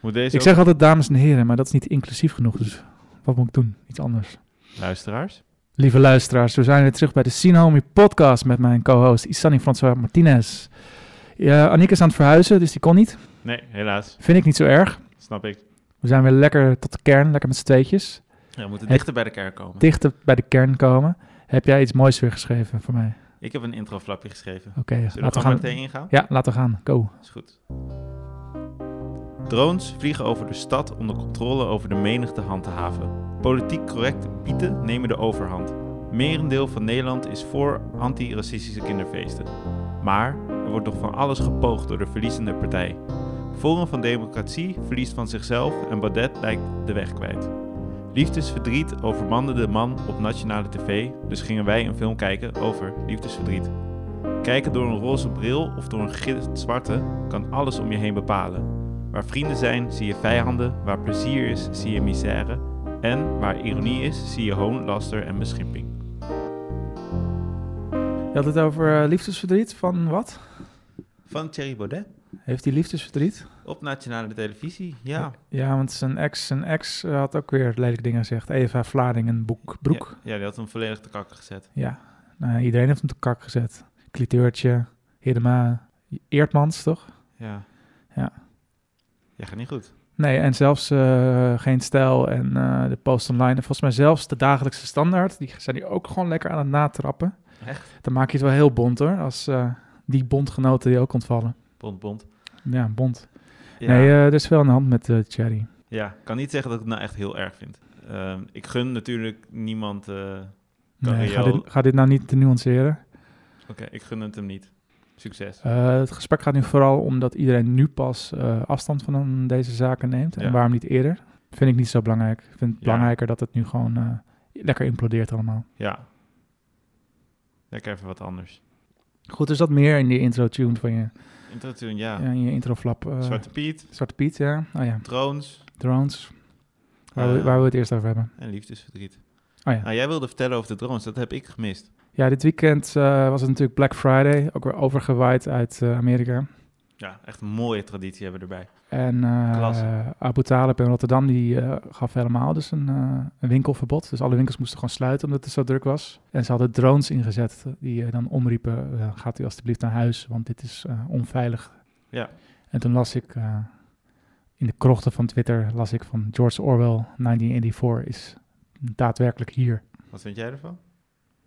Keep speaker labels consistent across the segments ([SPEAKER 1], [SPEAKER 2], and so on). [SPEAKER 1] Moet deze
[SPEAKER 2] Ik zeg altijd dames en heren, maar dat is niet inclusief genoeg. Dus wat moet ik doen? Iets anders.
[SPEAKER 1] ook- luisteraars?
[SPEAKER 2] Lieve luisteraars, we zijn weer terug bij de Seen Homie podcast met mijn co-host Isani François Martinez. Ja, Annika is aan het verhuizen, dus die kon niet.
[SPEAKER 1] Nee, helaas.
[SPEAKER 2] Vind ik niet zo erg.
[SPEAKER 1] Snap ik.
[SPEAKER 2] We zijn weer lekker tot de kern, lekker met z'n tweetjes.
[SPEAKER 1] Ja, we moeten
[SPEAKER 2] Het-
[SPEAKER 1] dichter bij de kerk komen.
[SPEAKER 2] Dichter bij de kern komen. Heb jij iets moois weer geschreven voor mij?
[SPEAKER 1] Ik heb een introflapje geschreven.
[SPEAKER 2] Oké,
[SPEAKER 1] Zullen we
[SPEAKER 2] laten
[SPEAKER 1] er
[SPEAKER 2] we gaan.
[SPEAKER 1] gewoon meteen ingaan?
[SPEAKER 2] Ja, laten we gaan. Go.
[SPEAKER 1] Is goed. Drones vliegen over de stad om de controle over de menigte hand te haven. Politiek correcte pieten nemen de overhand. Merendeel van Nederland is voor antiracistische kinderfeesten. Maar er wordt nog van alles gepoogd door de verliezende partij. Forum van Democratie verliest van zichzelf en Badet lijkt de weg kwijt. Liefdesverdriet overmande de man op nationale tv, dus gingen wij een film kijken over liefdesverdriet. Kijken door een roze bril of door een gitzwarte zwarte kan alles om je heen bepalen. Waar vrienden zijn, zie je vijanden. Waar plezier is, zie je misère. En waar ironie is, zie je hoon, laster en beschimping.
[SPEAKER 2] Je had het over eh, liefdesverdriet van wat?
[SPEAKER 1] Van Thierry Baudet
[SPEAKER 2] Heeft hij liefdesverdriet?
[SPEAKER 1] op nationale televisie. Ja.
[SPEAKER 2] Ja, want zijn ex, zijn ex eh, had ook weer lelijke dingen gezegd. Eva Vlading en Boek, Broek.
[SPEAKER 1] Ja, ja, die had hem volledig te kakken gezet.
[SPEAKER 2] Ja, nou, iedereen heeft hem te kak gezet. Kliteurtje, Hiddema, Eertmans, toch?
[SPEAKER 1] Ja.
[SPEAKER 2] Ja.
[SPEAKER 1] Ja, gaat niet goed.
[SPEAKER 2] Nee, en zelfs eh, Geen Stijl en eh, de Post Online. En volgens mij zelfs de dagelijkse standaard. Die zijn die ook gewoon lekker aan het natrappen.
[SPEAKER 1] Echt?
[SPEAKER 2] Dan maak je het wel heel bont hoor, als eh, die bondgenoten die ook ontvallen.
[SPEAKER 1] Bond, bond.
[SPEAKER 2] Ja, bond.
[SPEAKER 1] Ja.
[SPEAKER 2] Nee, eh, er is wel aan de hand met eh Thierry.
[SPEAKER 1] ja, ik kan niet zeggen dat ik het nou echt heel erg vind. Ehm, ik gun natuurlijk niemand... eh, Kan
[SPEAKER 2] Nee,
[SPEAKER 1] je
[SPEAKER 2] ga,
[SPEAKER 1] al-
[SPEAKER 2] dit, ga dit nou niet te nuanceren.
[SPEAKER 1] Oké, ik gun het hem niet. Succes.
[SPEAKER 2] Eh, het gesprek gaat nu vooral om dat iedereen nu pas eh, afstand van een- deze zaken neemt.
[SPEAKER 1] Ja.
[SPEAKER 2] En waarom niet eerder? Vind ik niet zo belangrijk. Ik vind het
[SPEAKER 1] Ja.
[SPEAKER 2] belangrijker dat het nu gewoon eh, lekker implodeert allemaal.
[SPEAKER 1] Ja. Lekker even wat anders.
[SPEAKER 2] Goed, is dat meer in die intro tune van je,
[SPEAKER 1] Introductie, ja.
[SPEAKER 2] ja, in je introflap? eh,
[SPEAKER 1] Zwarte Piet,
[SPEAKER 2] Zwarte Piet, ja. Oh ja,
[SPEAKER 1] drones
[SPEAKER 2] drones. Waar, we,
[SPEAKER 1] Eh.
[SPEAKER 2] waar we het eerst over hebben.
[SPEAKER 1] en liefdesverdriet.
[SPEAKER 2] Oh ja.
[SPEAKER 1] Nou, jij wilde vertellen over de drones, dat heb ik gemist.
[SPEAKER 2] Ja, dit weekend eh, was het natuurlijk Black Friday. Ook weer overgewaaid uit eh, Amerika.
[SPEAKER 1] Ja, echt een mooie traditie hebben we erbij.
[SPEAKER 2] En eh,
[SPEAKER 1] Klasse.
[SPEAKER 2] Abu Talib in Rotterdam die eh, gaf helemaal dus een, eh, een winkelverbod. Dus alle winkels moesten gewoon sluiten omdat het zo druk was. En ze hadden drones ingezet eh, die eh, dan omriepen, eh, gaat u alstublieft naar huis, want dit is eh, onveilig.
[SPEAKER 1] Ja.
[SPEAKER 2] En toen las ik eh, in de krochten van Twitter, las ik van George Orwell, 1984 is daadwerkelijk hier.
[SPEAKER 1] Wat vind jij ervan?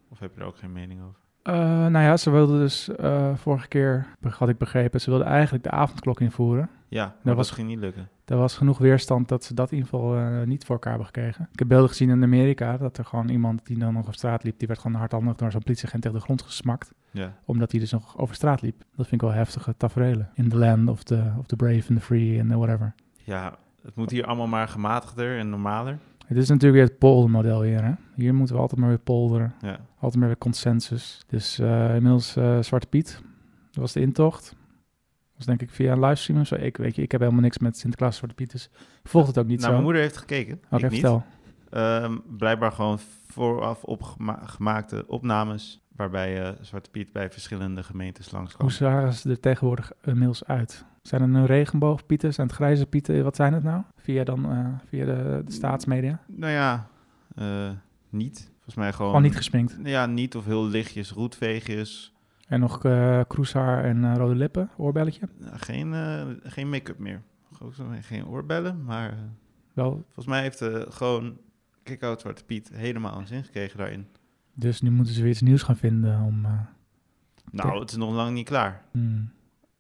[SPEAKER 1] Of heb je er ook geen mening over?
[SPEAKER 2] Eh, nou ja, ze wilden dus eh, vorige keer, had ik begrepen, ze wilden eigenlijk de avondklok invoeren.
[SPEAKER 1] Ja, maar dat,
[SPEAKER 2] was-
[SPEAKER 1] ging niet lukken.
[SPEAKER 2] Er was genoeg weerstand dat ze dat in ieder geval eh, niet voor elkaar hebben gekregen. Ik heb beelden gezien in Amerika dat er gewoon iemand die dan nog op straat liep, die werd gewoon hardhandig door zo'n politieagent tegen de grond gesmakt,
[SPEAKER 1] Ja,
[SPEAKER 2] omdat hij dus nog over straat liep. Dat vind ik wel heftige tafereelen. In the land of the, of the brave and the free and the whatever.
[SPEAKER 1] ja het moet hier allemaal maar gematigder en normaler.
[SPEAKER 2] Het is natuurlijk weer het poldermodel hier. Hè? Hier moeten we altijd maar weer polderen,
[SPEAKER 1] Ja,
[SPEAKER 2] altijd maar weer consensus. Dus eh, inmiddels eh, Zwarte Piet, dat was de intocht. Dat was denk ik via een livestream of zo. Ik weet je, ik heb helemaal niks met Sinterklaas Zwarte Piet, dus ik volg het ook niet
[SPEAKER 1] nou,
[SPEAKER 2] zo.
[SPEAKER 1] mijn moeder heeft gekeken.
[SPEAKER 2] Oké,
[SPEAKER 1] ik niet.
[SPEAKER 2] vertel.
[SPEAKER 1] Ehm, blijkbaar gewoon vooraf opgemaakte opnames. Waarbij eh, Zwarte Piet bij verschillende gemeentes langskwam.
[SPEAKER 2] Hoe zagen ze er tegenwoordig inmiddels uit? Zijn er nu regenboogpieten? Zijn het grijze pieten? Wat zijn het nou? Via, dan, eh, via de, de staatsmedia?
[SPEAKER 1] Nou ja, eh, niet. Volgens mij gewoon.
[SPEAKER 2] Al niet gesminkt.
[SPEAKER 1] Ja, niet of heel lichtjes, roetveegjes.
[SPEAKER 2] En nog eh kroeshaar en eh, rode lippen, oorbelletje.
[SPEAKER 1] Nou, Geen, eh, geen make-up meer. Ook zo- Geen oorbellen, maar eh,
[SPEAKER 2] Wel,
[SPEAKER 1] volgens mij heeft eh, gewoon Kick-Out Zwarte Piet helemaal een zin gekregen daarin.
[SPEAKER 2] dus nu moeten ze weer iets nieuws gaan vinden om... eh,
[SPEAKER 1] Nou, het is nog lang niet klaar.
[SPEAKER 2] hmm.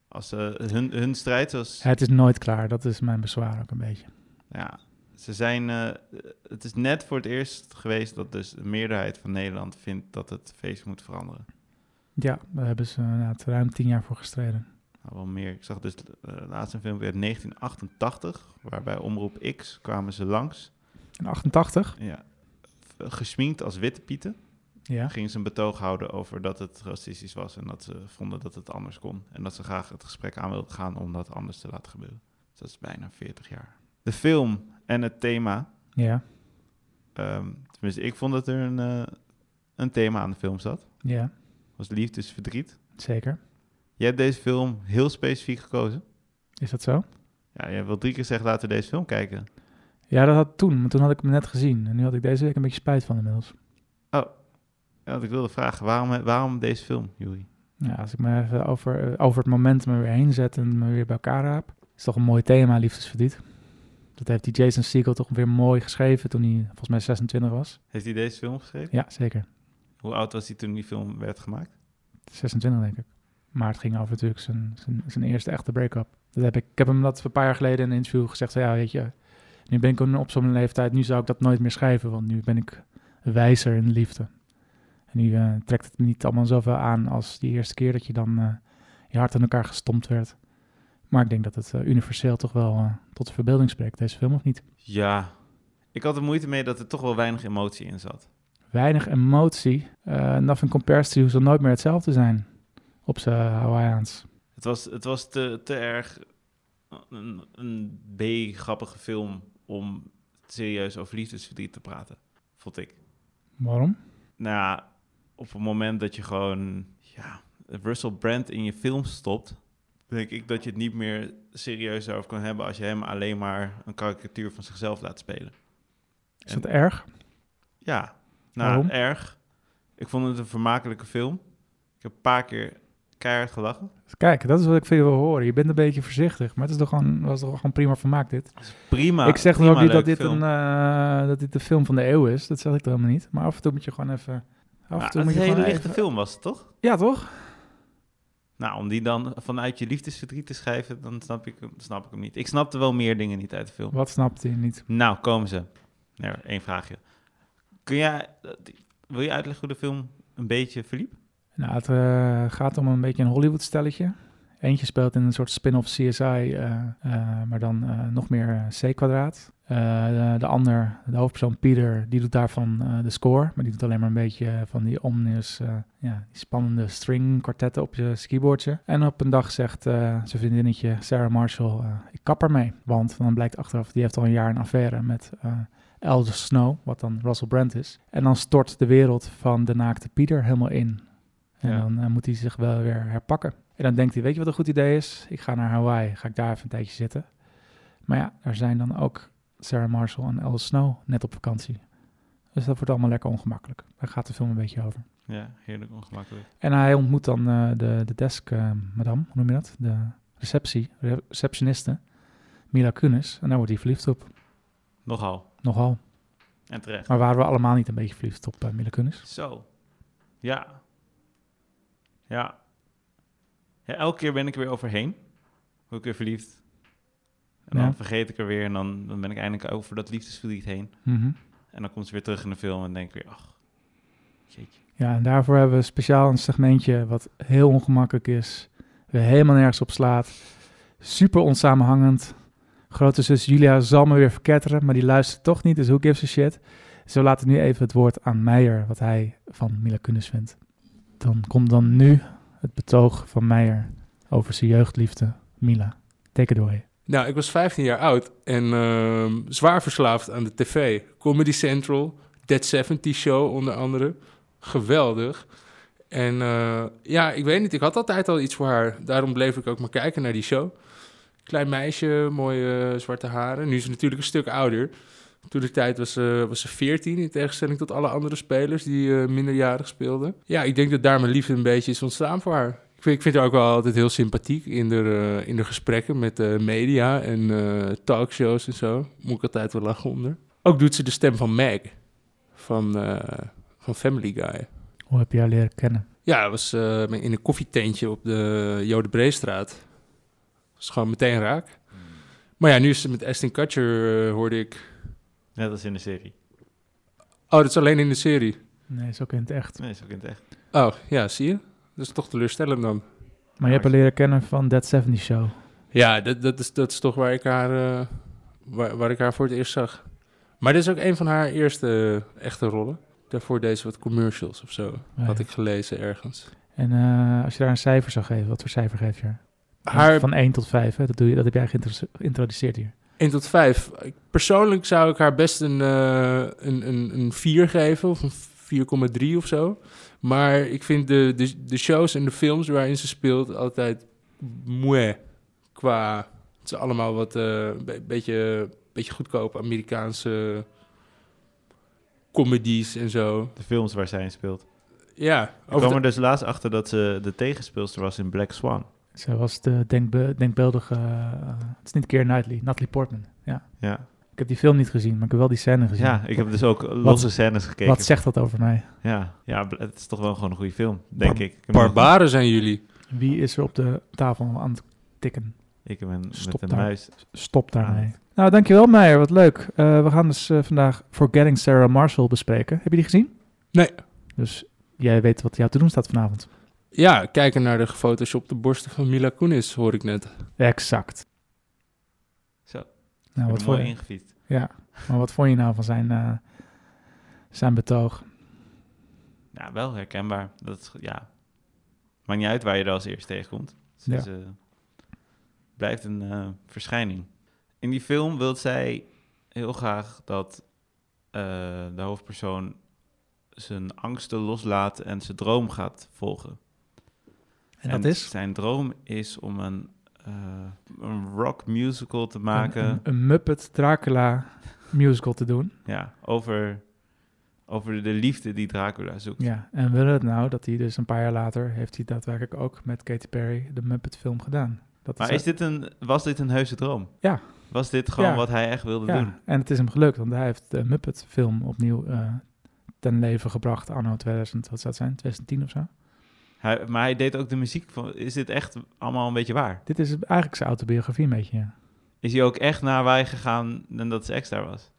[SPEAKER 1] Als eh, hun, hun strijd was...
[SPEAKER 2] Het is nooit klaar, dat is mijn bezwaar ook een beetje.
[SPEAKER 1] Ja, ze zijn... eh, het is net voor het eerst geweest dat dus de meerderheid van Nederland vindt dat het feest moet veranderen.
[SPEAKER 2] Ja, daar hebben ze eh, inderdaad ruim tien jaar voor gestreden.
[SPEAKER 1] Nou, wel meer. Ik zag dus eh, laatst een filmpje uit 1988, waarbij Omroep X kwamen ze langs.
[SPEAKER 2] In 88?
[SPEAKER 1] Ja, gesminkt als witte pieten.
[SPEAKER 2] Ja.
[SPEAKER 1] gingen ze een betoog houden over dat het racistisch was en dat ze vonden dat het anders kon. En dat ze graag het gesprek aan wilden gaan om dat anders te laten gebeuren. Dus dat is bijna 40 jaar. De film en het thema.
[SPEAKER 2] Ja,
[SPEAKER 1] ehm, tenminste, ik vond dat er een, eh, een thema aan de film zat.
[SPEAKER 2] ja,
[SPEAKER 1] Was liefdesverdriet.
[SPEAKER 2] zeker.
[SPEAKER 1] Je hebt deze film heel specifiek gekozen.
[SPEAKER 2] Is dat zo?
[SPEAKER 1] Ja, je wil drie keer zeggen laten we deze film kijken.
[SPEAKER 2] Ja, dat had toen, maar toen had ik hem net gezien. En nu had ik deze week een beetje spijt van inmiddels.
[SPEAKER 1] Oh, Ja, want ik wilde vragen, waarom, waarom deze film, Juri?
[SPEAKER 2] Ja, als ik me even over, eh, over het moment me weer heen zet en me weer bij elkaar raap. Is toch een mooi thema, liefdesverdriet. Dat heeft die Jason Segel toch weer mooi geschreven toen hij volgens mij 26 was.
[SPEAKER 1] Heeft hij deze film geschreven?
[SPEAKER 2] Ja, zeker.
[SPEAKER 1] Hoe oud was hij toen die film werd gemaakt?
[SPEAKER 2] 26 denk ik. Maar het ging over natuurlijk zijn, zijn, zijn eerste echte break-up. Dat heb ik, ik heb hem dat een paar jaar geleden in een interview gezegd. van, Ja, weet je, nu ben ik op een- op zo'n leeftijd. Nu zou ik dat nooit meer schrijven, want nu ben ik wijzer in de liefde. En nu eh, trekt het me niet allemaal zoveel aan als die eerste keer dat je dan eh, je hart aan elkaar gestompt werd. Maar ik denk dat het eh, universeel toch wel eh, tot de verbeelding spreekt, deze film of niet.
[SPEAKER 1] Ja. Ik had er moeite mee dat er toch wel weinig emotie in zat.
[SPEAKER 2] Weinig emotie. eh nothing compares to you zal nooit meer hetzelfde zijn op zijn Hawaiiaans.
[SPEAKER 1] Het was, het was te, te erg een, een B-grappige film om serieus over liefdesverdriet te praten, vond ik.
[SPEAKER 2] Waarom?
[SPEAKER 1] Nou ja, op het moment dat je gewoon ja, Russell Brand in je film stopt, denk ik dat je het niet meer serieus daarover kan hebben als je hem alleen maar een karikatuur van zichzelf laat spelen.
[SPEAKER 2] Is dat erg?
[SPEAKER 1] Ja, nou,
[SPEAKER 2] Waarom?
[SPEAKER 1] erg. Ik vond het een vermakelijke film. Ik heb een paar keer keihard gelachen.
[SPEAKER 2] Kijk, dat is wat ik van je wil horen. Je bent een beetje voorzichtig, maar het is toch gewoon, was toch gewoon prima vermaakt dit.
[SPEAKER 1] Het is prima.
[SPEAKER 2] ik
[SPEAKER 1] Nou,
[SPEAKER 2] zeg
[SPEAKER 1] prima
[SPEAKER 2] nog ook niet dat
[SPEAKER 1] leuke
[SPEAKER 2] dit,
[SPEAKER 1] film.
[SPEAKER 2] een, eh, dat dit de film van de eeuw is. Dat zeg ik er helemaal niet. Maar af en toe moet je gewoon even... eh, Af en
[SPEAKER 1] Nou,
[SPEAKER 2] toe
[SPEAKER 1] het
[SPEAKER 2] moet
[SPEAKER 1] is
[SPEAKER 2] je
[SPEAKER 1] een hele
[SPEAKER 2] gewoon
[SPEAKER 1] lichte
[SPEAKER 2] even-
[SPEAKER 1] film was het, toch?
[SPEAKER 2] Ja, toch?
[SPEAKER 1] Nou, om die dan vanuit je liefdesverdriet te schrijven, dan snap ik, hem- snap ik hem niet. Ik snapte wel meer dingen niet uit de film.
[SPEAKER 2] Wat snapte je niet?
[SPEAKER 1] Nou, komen ze. Nee, hoor, één vraagje. Kun jij, eh, die- wil je uitleggen hoe de film een beetje verliep?
[SPEAKER 2] Nou, het eh, gaat om een beetje een Hollywood-stelletje. Eentje speelt in een soort spin-off CSI, eh, eh, maar dan eh, nog meer eh, C-kwadraat. Eh, de, de ander, de hoofdpersoon Pieter, die doet daarvan eh, de score. Maar die doet alleen maar een beetje eh, van die omnius, eh, ja, die spannende string-kwartetten op je skiboardje. En op een dag zegt eh, zijn vriendinnetje Sarah Marshall, eh, ik kap ermee. Want dan blijkt achteraf, die heeft al een jaar een affaire met eh Elder Snow, wat dan Russell Brand is. En dan stort de wereld van de naakte Pieter helemaal in. En
[SPEAKER 1] Ja.
[SPEAKER 2] dan eh, moet hij zich wel weer herpakken. En dan denkt hij, weet je wat een goed idee is? Ik ga naar Hawaii, ga ik daar even een tijdje zitten. Maar ja, daar zijn dan ook Sarah Marshall en Elder Snow net op vakantie. Dus dat wordt allemaal lekker ongemakkelijk. Daar gaat de film een beetje over.
[SPEAKER 1] Ja, heerlijk ongemakkelijk.
[SPEAKER 2] En hij ontmoet dan eh, de, de desk, eh, madame, hoe noem je dat? De receptie, re- receptioniste, Mila Kunis. En daar wordt hij verliefd op,
[SPEAKER 1] Nogal.
[SPEAKER 2] nogal.
[SPEAKER 1] En terecht.
[SPEAKER 2] Maar waren we allemaal niet een beetje verliefd op eh, Mila Kunis?
[SPEAKER 1] Zo. Ja. Ja. ja. Elke keer ben ik er weer overheen. Word ik weer verliefd. En dan
[SPEAKER 2] Ja.
[SPEAKER 1] vergeet ik er weer. En dan, dan ben ik eindelijk over dat liefdesverdriet heen.
[SPEAKER 2] Mhm.
[SPEAKER 1] En dan komt ze weer terug in de film. En denk ik weer, ach. Jeetje.
[SPEAKER 2] Ja, en daarvoor hebben we speciaal een segmentje wat heel ongemakkelijk is. We helemaal nergens op slaat. Super onsamenhangend. Grote zus Julia zal me weer verketteren, maar die luistert toch niet, dus who gives a shit. Zo laten we nu even het woord aan Meijer, wat hij van Mila Kunis vindt. Dan komt dan nu het betoog van Meijer over zijn jeugdliefde, Mila. Take it away.
[SPEAKER 3] Nou, ik was 15 jaar oud en ehm, zwaar verslaafd aan de tv. Comedy Central, Dead 70 Show onder andere. Geweldig. En eh, ja, ik weet niet, ik had altijd al iets voor haar. Daarom bleef ik ook maar kijken naar die show. Klein meisje, mooie eh, zwarte haren. Nu is ze natuurlijk een stuk ouder. Toen de tijd was, eh, was ze 14, in tegenstelling tot alle andere spelers die eh, minderjarig speelden. Ja, ik denk dat daar mijn liefde een beetje is ontstaan voor haar. Ik vind, ik vind haar ook wel altijd heel sympathiek in de, eh, in de gesprekken met eh, media en eh, talkshows en zo. Moet ik altijd wel lachen onder. Ook doet ze de stem van Meg van, eh, van Family Guy.
[SPEAKER 2] Hoe heb je haar leren kennen?
[SPEAKER 3] Ja, dat was eh, in een koffietentje op de Jode Breestraat. Dat was gewoon meteen raak.
[SPEAKER 1] Hmm.
[SPEAKER 3] Maar ja, nu is ze met Aston Kutcher, eh, hoorde ik.
[SPEAKER 1] Net als in de serie.
[SPEAKER 3] Oh, dat is alleen in de serie.
[SPEAKER 2] Nee, is ook in het echt.
[SPEAKER 1] Nee, is ook in het echt.
[SPEAKER 3] Oh, ja, zie je? Dat is toch teleurstellend dan.
[SPEAKER 2] Maar je hebt haar leren kennen van That 70 Show.
[SPEAKER 3] Ja, dat, dat, is, dat is toch waar ik, haar, eh, waar, waar ik haar voor het eerst zag. Maar dit is ook een van haar eerste eh, echte rollen. Daarvoor deze wat commercials of zo, had ik gelezen ergens.
[SPEAKER 2] En eh, als je daar een cijfer zou geven, wat voor cijfer geef je haar?
[SPEAKER 3] Haar
[SPEAKER 2] Van 1 tot 5, hè? Dat, doe je, dat heb jij geïntrodu- geïntroduceerd hier.
[SPEAKER 3] 1 tot 5. Persoonlijk zou ik haar best een, eh, een, een, een 4 geven, of een 4,3 of zo. Maar ik vind de, de, de shows en de films waarin ze speelt altijd moe qua Het is allemaal wat eh, een be- beetje, beetje goedkoop Amerikaanse comedies en zo.
[SPEAKER 1] De films waar zij in speelt.
[SPEAKER 3] Ja,
[SPEAKER 1] Ik
[SPEAKER 3] over
[SPEAKER 1] kwam er dus laatst achter dat ze de tegenspeelster was in Black Swan.
[SPEAKER 2] Zij was de denkbe- denkbeeldige... eh, het is niet Keir Knightley, Natalie Portman. Ja.
[SPEAKER 1] Ja,
[SPEAKER 2] Ik heb die film niet gezien, maar ik heb wel die scène gezien.
[SPEAKER 1] ja ik heb dus ook losse scènes gekeken.
[SPEAKER 2] Wat zegt dat over mij?
[SPEAKER 1] Ja, ja, bl- het is toch wel gewoon een goede film, denk
[SPEAKER 3] Bar-
[SPEAKER 1] ik. Ik
[SPEAKER 3] de
[SPEAKER 1] heb hem-
[SPEAKER 3] barbaren zijn jullie.
[SPEAKER 2] Wie is er op de tafel aan het tikken?
[SPEAKER 1] Ik heb hem met
[SPEAKER 2] Stop
[SPEAKER 1] een
[SPEAKER 2] daar.
[SPEAKER 1] muis.
[SPEAKER 2] Stop daarmee. Nou, dankjewel Meijer, wat leuk. Eh, we gaan dus eh, vandaag Forgetting Sarah Marshall bespreken. Heb je die gezien?
[SPEAKER 3] Nee.
[SPEAKER 2] Dus jij weet wat jou te doen staat vanavond.
[SPEAKER 3] Ja, kijken naar de gefotoshopte borsten van Mila Kunis, hoor ik net.
[SPEAKER 2] Exact.
[SPEAKER 1] Zo,
[SPEAKER 2] Nou, wat
[SPEAKER 1] wat
[SPEAKER 2] vond
[SPEAKER 1] mooi
[SPEAKER 2] je?
[SPEAKER 1] ingefietst.
[SPEAKER 2] Ja, maar wat vond je nou van zijn, eh, zijn betoog?
[SPEAKER 1] Ja, wel herkenbaar. Dat is, ja. Maakt niet uit waar je er als eerst tegenkomt. Ze
[SPEAKER 2] Ja.
[SPEAKER 1] is, eh, blijft een eh, verschijning. In die film wil zij heel graag dat eh, de hoofdpersoon zijn angsten loslaat en zijn droom gaat volgen.
[SPEAKER 2] En, dat is?
[SPEAKER 1] Zijn droom is om een, eh, een rock musical te maken.
[SPEAKER 2] Een, een, een Muppet Dracula musical te doen.
[SPEAKER 1] Ja, over, over de liefde die Dracula zoekt.
[SPEAKER 2] Ja, en wil het nou dat hij dus een paar jaar later... heeft hij daadwerkelijk ook met Katy Perry de Muppet film gedaan. Dat eh,
[SPEAKER 1] Maar is dit een, was dit een heuse droom?
[SPEAKER 2] Ja.
[SPEAKER 1] Was dit gewoon
[SPEAKER 2] Ja.
[SPEAKER 1] wat hij echt wilde
[SPEAKER 2] ja,
[SPEAKER 1] doen?
[SPEAKER 2] en het is hem gelukt, want hij heeft de Muppet film opnieuw eh, ten leven gebracht anno 2000, wat zou het zijn, 2010 of zo.
[SPEAKER 1] Hij, maar hij deed ook de muziek van... Is dit echt allemaal een beetje waar?
[SPEAKER 2] Dit is eigenlijk zijn autobiografie een beetje, ja.
[SPEAKER 1] Is hij ook echt naar wij gegaan en dat ze extra was?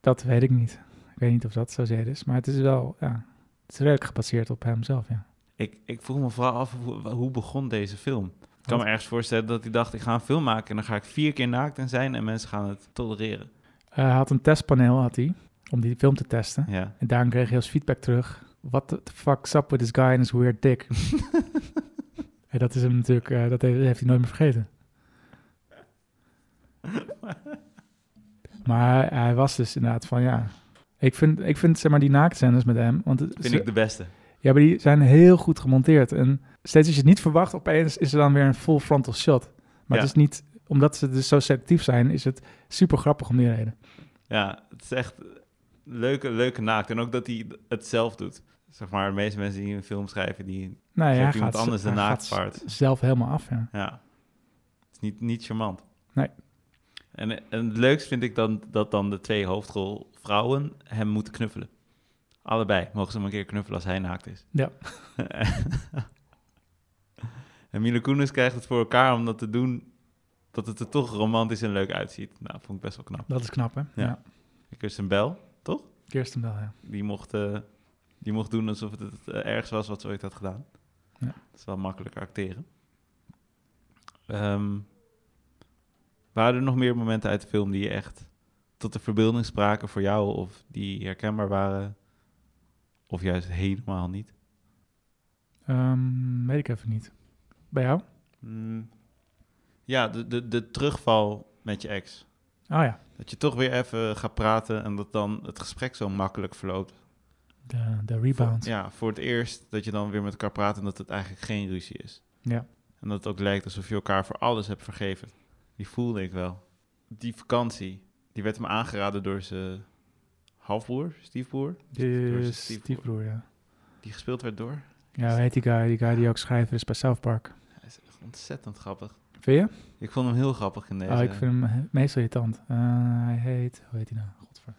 [SPEAKER 2] Dat weet ik niet. Ik weet niet of dat zozeer is, maar het is wel, ja, het is redelijk gebaseerd op hemzelf, ja.
[SPEAKER 1] Ik, ik vroeg me vooral af, hoe, hoe begon deze film? Ik kan
[SPEAKER 2] Wat?
[SPEAKER 1] me ergens voorstellen dat hij dacht, ik ga een film maken... en dan ga ik vier keer naakt in zijn en mensen gaan het tolereren.
[SPEAKER 2] Eh, hij had een testpaneel, had hij, om die film te testen.
[SPEAKER 1] Ja.
[SPEAKER 2] En daarom kreeg hij als feedback terug, what the fuck's up with this guy and his weird dick? en dat is hem natuurlijk, eh, dat heeft, heeft hij nooit meer vergeten. maar hij, hij was dus inderdaad van, ja... Ik vind, ik vind zeg maar die naaktscènes met hem, want het,
[SPEAKER 1] Vind
[SPEAKER 2] ze-
[SPEAKER 1] ik de beste.
[SPEAKER 2] ja, maar die zijn heel goed gemonteerd. En steeds als je het niet verwacht, opeens is er dan weer een full frontal shot. Maar
[SPEAKER 1] Ja.
[SPEAKER 2] het is niet, omdat ze dus zo selectief zijn, is het super grappig om die reden.
[SPEAKER 1] Ja, het is echt leuke, leuke naakt. En ook dat hij het zelf doet. Zeg maar, de meeste mensen die een film schrijven, die
[SPEAKER 2] Nou ja, hij
[SPEAKER 1] geeft iemand
[SPEAKER 2] gaat,
[SPEAKER 1] anders de
[SPEAKER 2] hij gaat
[SPEAKER 1] naaktvaart.
[SPEAKER 2] zelf helemaal af, ja.
[SPEAKER 1] Ja. Het is niet, niet charmant.
[SPEAKER 2] Nee.
[SPEAKER 1] En, en het leukst vind ik dan dat dan de twee hoofdrolvrouwen hem moeten knuffelen. Allebei mogen ze hem een keer knuffelen als hij naakt is.
[SPEAKER 2] Ja.
[SPEAKER 1] en Mila Kunis krijgt het voor elkaar om dat te doen, dat het er toch romantisch en leuk uitziet. Nou, vond ik best wel knap.
[SPEAKER 2] Dat is knap, hè?
[SPEAKER 1] Ja. Kirsten Bell,
[SPEAKER 2] Kirsten wel, ja.
[SPEAKER 1] die mocht, eh, die mocht doen alsof het het eh, ergst was wat ze ooit had gedaan.
[SPEAKER 2] Ja.
[SPEAKER 1] Dat is wel makkelijker acteren. Ehm, waren er nog meer momenten uit de film die je echt tot de verbeelding spraken voor jou of die herkenbaar waren? Of juist helemaal niet?
[SPEAKER 2] Ehm, weet ik even niet. Bij jou?
[SPEAKER 1] Mm, Ja, de, de, de terugval met je ex.
[SPEAKER 2] Oh ja,
[SPEAKER 1] Dat je toch weer even gaat praten en dat dan het gesprek zo makkelijk verloopt.
[SPEAKER 2] de, de rebound.
[SPEAKER 1] Voor- ja, voor het eerst dat je dan weer met elkaar praat en dat het eigenlijk geen ruzie is.
[SPEAKER 2] Ja.
[SPEAKER 1] En dat het ook lijkt alsof je elkaar voor alles hebt vergeven. Die voelde ik wel. Die vakantie, die werd hem aangeraden door zijn halfbroer, stiefbroer, Door
[SPEAKER 2] De
[SPEAKER 1] zijn stiefbroer.
[SPEAKER 2] stiefbroer, ja.
[SPEAKER 1] die gespeeld werd door.
[SPEAKER 2] Ja, weet die guy? Die guy die ook schrijver is bij South Park.
[SPEAKER 1] Hij is echt ontzettend grappig.
[SPEAKER 2] Vind je?
[SPEAKER 1] Ik vond hem heel grappig in deze.
[SPEAKER 2] Oh, ik vind hem he- meestal irritant. Eh, hij heet... Hoe heet hij nou? Godver.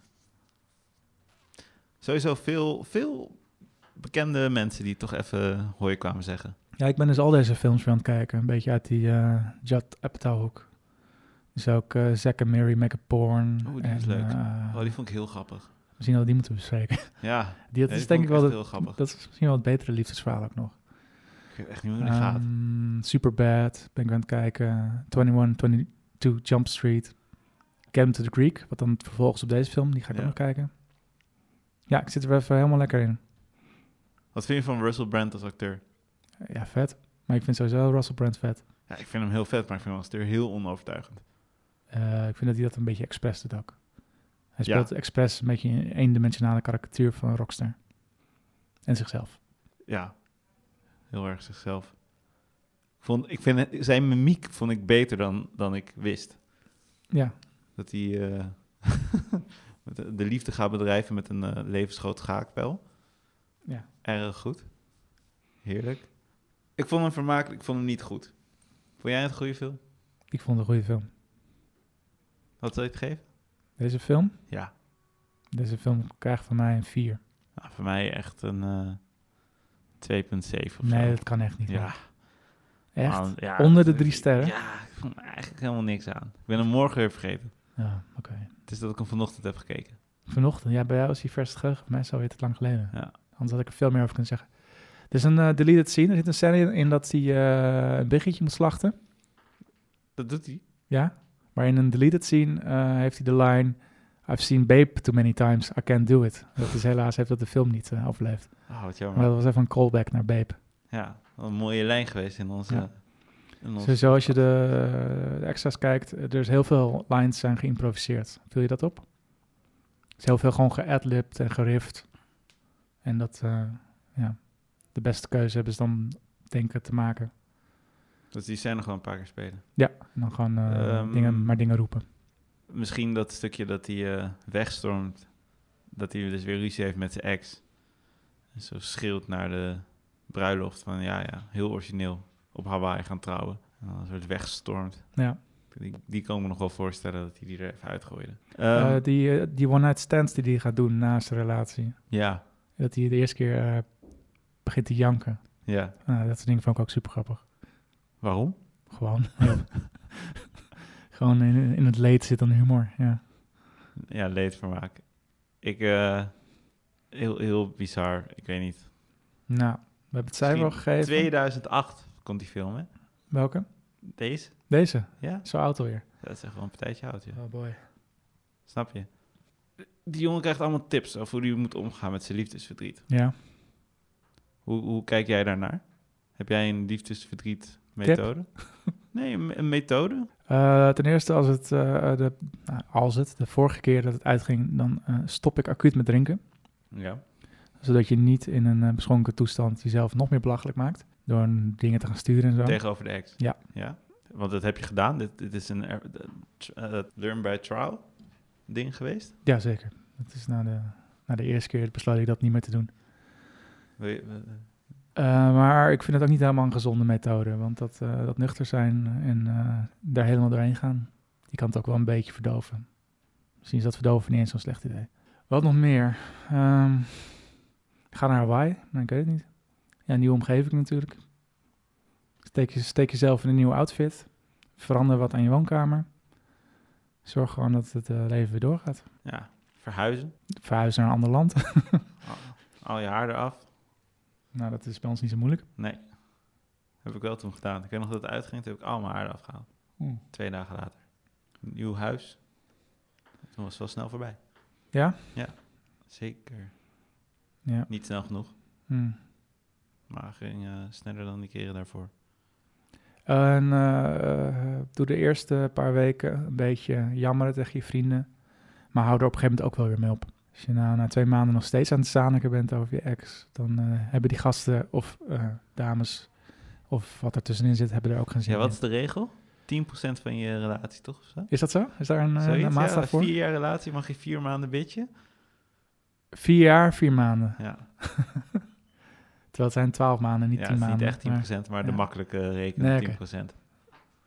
[SPEAKER 1] Sowieso veel, veel bekende mensen die toch even hooi kwamen zeggen.
[SPEAKER 2] Ja, ik ben dus al deze films weer aan het kijken. Een beetje uit die eh Judd Apatow hoek. Dus ook eh Zack and Mary Make a Porn.
[SPEAKER 1] Oeh, die is
[SPEAKER 2] en,
[SPEAKER 1] leuk.
[SPEAKER 2] eh,
[SPEAKER 1] Oh, die vond ik heel grappig.
[SPEAKER 2] Misschien dat we die moeten bespreken.
[SPEAKER 1] Ja,
[SPEAKER 2] Die, dat
[SPEAKER 1] ja, die
[SPEAKER 2] is
[SPEAKER 1] vond
[SPEAKER 2] denk ik wel...
[SPEAKER 1] echt
[SPEAKER 2] de-
[SPEAKER 1] heel grappig.
[SPEAKER 2] dat is misschien wel het betere liefdesverhaal ook nog.
[SPEAKER 1] Ik weet echt niet hoe die gaat.
[SPEAKER 2] Ehm, Superbad, ben ik aan het kijken. 21, 22, Jump Street. Camp to the Greek, wat dan het vervolg is op deze film. Die ga ik
[SPEAKER 1] Ja.
[SPEAKER 2] ook nog kijken. Ja, ik zit er even helemaal lekker in.
[SPEAKER 1] Wat vind je van Russell Brand als acteur?
[SPEAKER 2] Ja, vet. Maar ik vind sowieso Russell Brand vet.
[SPEAKER 1] Ja, ik vind hem heel vet, maar ik vind hem als acteur heel onovertuigend.
[SPEAKER 2] Eh, ik vind dat hij dat een beetje expres doet ook.
[SPEAKER 1] Ja.
[SPEAKER 2] Hij speelt expres een beetje een eendimensionale karikatuur van een rockster. En zichzelf.
[SPEAKER 1] Ja, heel erg zichzelf. Vond, ik vind, het- zijn mimiek vond ik beter dan, dan ik wist.
[SPEAKER 2] Ja,
[SPEAKER 1] Dat hij eh, met de, de liefde gaat bedrijven met een eh, levensgroot schaakpel.
[SPEAKER 2] Ja.
[SPEAKER 1] Erg goed. Heerlijk. Ik vond hem vermakelijk, ik vond hem niet goed. Vond jij het een goede film?
[SPEAKER 2] ik vond het een goede film.
[SPEAKER 1] Wat zou je het geven?
[SPEAKER 2] Deze film,
[SPEAKER 1] Ja.
[SPEAKER 2] deze film krijgt van mij een 4.
[SPEAKER 1] Nou, voor mij echt een eh 2,7 of
[SPEAKER 2] Nee,
[SPEAKER 1] zo.
[SPEAKER 2] dat kan echt niet.
[SPEAKER 1] ja,
[SPEAKER 2] Echt?
[SPEAKER 1] man, ja,
[SPEAKER 2] Onder de
[SPEAKER 1] dat-
[SPEAKER 2] drie sterren?
[SPEAKER 1] Ja, ik vond er eigenlijk helemaal niks aan. Ik ben hem morgen weer vergeten.
[SPEAKER 2] Ja, oké.
[SPEAKER 1] Het is dat ik hem vanochtend heb gekeken.
[SPEAKER 2] Vanochtend, ja, bij jou is die vers terug. Voor mij is het alweer te lang geleden.
[SPEAKER 1] Ja.
[SPEAKER 2] Anders had ik er veel meer over kunnen zeggen. Er is een eh, deleted scene. Er zit een scène in, in dat hij eh, een biggietje moet slachten.
[SPEAKER 1] Dat doet hij.
[SPEAKER 2] Ja. Maar in een deleted scene eh, heeft hij de line... I've seen Babe too many times, I can't do it. Dat is helaas, heeft dat de film niet eh, overleefd.
[SPEAKER 1] Oh, wat jammer.
[SPEAKER 2] Maar dat was even een callback naar Babe.
[SPEAKER 1] Ja, wat een mooie lijn geweest in onze...
[SPEAKER 2] Ja.
[SPEAKER 1] in onze-
[SPEAKER 2] Sowieso als je de, eh, de extra's kijkt, eh, er is heel veel lines zijn geïmproviseerd. Vul je dat op? Er is heel veel gewoon geadlibbed en gerift. En dat, eh, ja, de beste keuze hebben ze dan denken te maken.
[SPEAKER 1] Dus die zijn nog wel een paar keer spelen.
[SPEAKER 2] Ja, en dan gewoon eh,
[SPEAKER 1] Ehm,
[SPEAKER 2] dingen, maar dingen roepen.
[SPEAKER 1] Misschien dat stukje dat hij eh, wegstormt, dat hij dus weer ruzie heeft met zijn ex. En zo schreeuwt naar de bruiloft van ja, ja, heel origineel. Op Hawaii gaan trouwen. En dan een soort wegstormt.
[SPEAKER 2] Ja.
[SPEAKER 1] Die, die kan ik me nog wel voorstellen dat hij die er even uitgooide.
[SPEAKER 2] Eh,
[SPEAKER 1] Ehm,
[SPEAKER 2] die eh, die one-night stands die hij gaat doen naast de relatie.
[SPEAKER 1] ja,
[SPEAKER 2] Dat hij de eerste keer eh, begint te janken.
[SPEAKER 1] ja.
[SPEAKER 2] Nou, dat soort dingen vond ik ook super grappig.
[SPEAKER 1] Waarom?
[SPEAKER 2] Gewoon. gewoon in, in het leed zit dan humor, ja.
[SPEAKER 1] Ja, leedvermaak. Ik, eh, heel, heel bizar. Ik weet niet.
[SPEAKER 2] Nou, we hebben het cijfer al
[SPEAKER 1] Misschien
[SPEAKER 2] gegeven.
[SPEAKER 1] 2008 komt die film, hè?
[SPEAKER 2] Welke?
[SPEAKER 1] Deze?
[SPEAKER 2] Deze.
[SPEAKER 1] Ja,
[SPEAKER 2] Zo oud alweer.
[SPEAKER 1] dat is echt wel een partijtje oud, ja.
[SPEAKER 2] Oh boy.
[SPEAKER 1] Snap je? Die jongen krijgt allemaal tips over hoe hij moet omgaan met zijn liefdesverdriet.
[SPEAKER 2] Ja.
[SPEAKER 1] Hoe, hoe kijk jij daarnaar? Heb jij een liefdesverdriet methode? Nee, een, een methode?
[SPEAKER 2] Eh, ten eerste, als het, eh, de, nou, als het de vorige keer dat het uitging, dan eh, stop ik acuut met drinken.
[SPEAKER 1] Ja.
[SPEAKER 2] Zodat je niet in een eh, beschonken toestand jezelf nog meer belachelijk maakt. Door dingen te gaan sturen en zo.
[SPEAKER 1] Tegenover de ex?
[SPEAKER 2] Ja.
[SPEAKER 1] ja. Want dat heb je gedaan. Dit, dit is een er- de- tr- eh, learn by trial ding geweest.
[SPEAKER 2] Jazeker. Dat is na de, na de eerste keer besloot ik dat niet meer te doen.
[SPEAKER 1] Wil je- eh,
[SPEAKER 2] Eh, maar ik vind het ook niet helemaal een gezonde methode. Want dat, eh, dat nuchter zijn en eh, daar helemaal doorheen gaan, je kan het ook wel een beetje verdoven. Misschien is dat verdoven niet eens zo'n slecht idee. Wat nog meer? Ehm, ga naar Hawaii? Nou, ik weet het niet. Ja, nieuwe omgeving natuurlijk. Steek, je, steek jezelf in een nieuwe outfit. Verander wat aan je woonkamer. Zorg gewoon dat het eh, leven weer doorgaat.
[SPEAKER 1] ja, verhuizen.
[SPEAKER 2] Verhuis naar een ander land.
[SPEAKER 1] Al, al je haar eraf.
[SPEAKER 2] nou, dat is bij ons niet zo moeilijk.
[SPEAKER 1] Nee. Heb ik wel toen gedaan. Ik weet nog dat het uitging. Toen heb ik al mijn haar eraf gehaald.
[SPEAKER 2] Oeh.
[SPEAKER 1] Twee dagen later. Een nieuw huis. Toen was het wel snel voorbij.
[SPEAKER 2] Ja?
[SPEAKER 1] Ja, zeker.
[SPEAKER 2] Ja.
[SPEAKER 1] Niet snel genoeg,
[SPEAKER 2] Hmm.
[SPEAKER 1] maar ging eh, sneller dan die keren daarvoor.
[SPEAKER 2] En eh, eh, doe de eerste paar weken een beetje jammeren tegen je vrienden. Maar hou er op een gegeven moment ook wel weer mee op. Als je nou na twee maanden nog steeds aan het zaniken bent over je ex, dan eh, hebben die gasten of eh, dames of wat er tussenin zit, hebben er ook geen zin
[SPEAKER 1] Ja, wat is
[SPEAKER 2] in.
[SPEAKER 1] de regel? 10% van je relatie, toch? Of zo?
[SPEAKER 2] Is dat zo? Is daar een, eh,
[SPEAKER 1] Zoiets,
[SPEAKER 2] een
[SPEAKER 1] ja,
[SPEAKER 2] maatstaf
[SPEAKER 1] als
[SPEAKER 2] voor?
[SPEAKER 1] vier jaar relatie mag je vier maanden bitje.
[SPEAKER 2] Vier jaar, vier maanden.
[SPEAKER 1] Ja,
[SPEAKER 2] Terwijl het zijn twaalf maanden, niet
[SPEAKER 1] ja
[SPEAKER 2] tien
[SPEAKER 1] het is niet
[SPEAKER 2] maanden.
[SPEAKER 1] echt 10%,
[SPEAKER 2] maar-
[SPEAKER 1] maar, de
[SPEAKER 2] ja.
[SPEAKER 1] makkelijke
[SPEAKER 2] Nee,
[SPEAKER 1] rekening
[SPEAKER 2] oké.
[SPEAKER 1] 10%.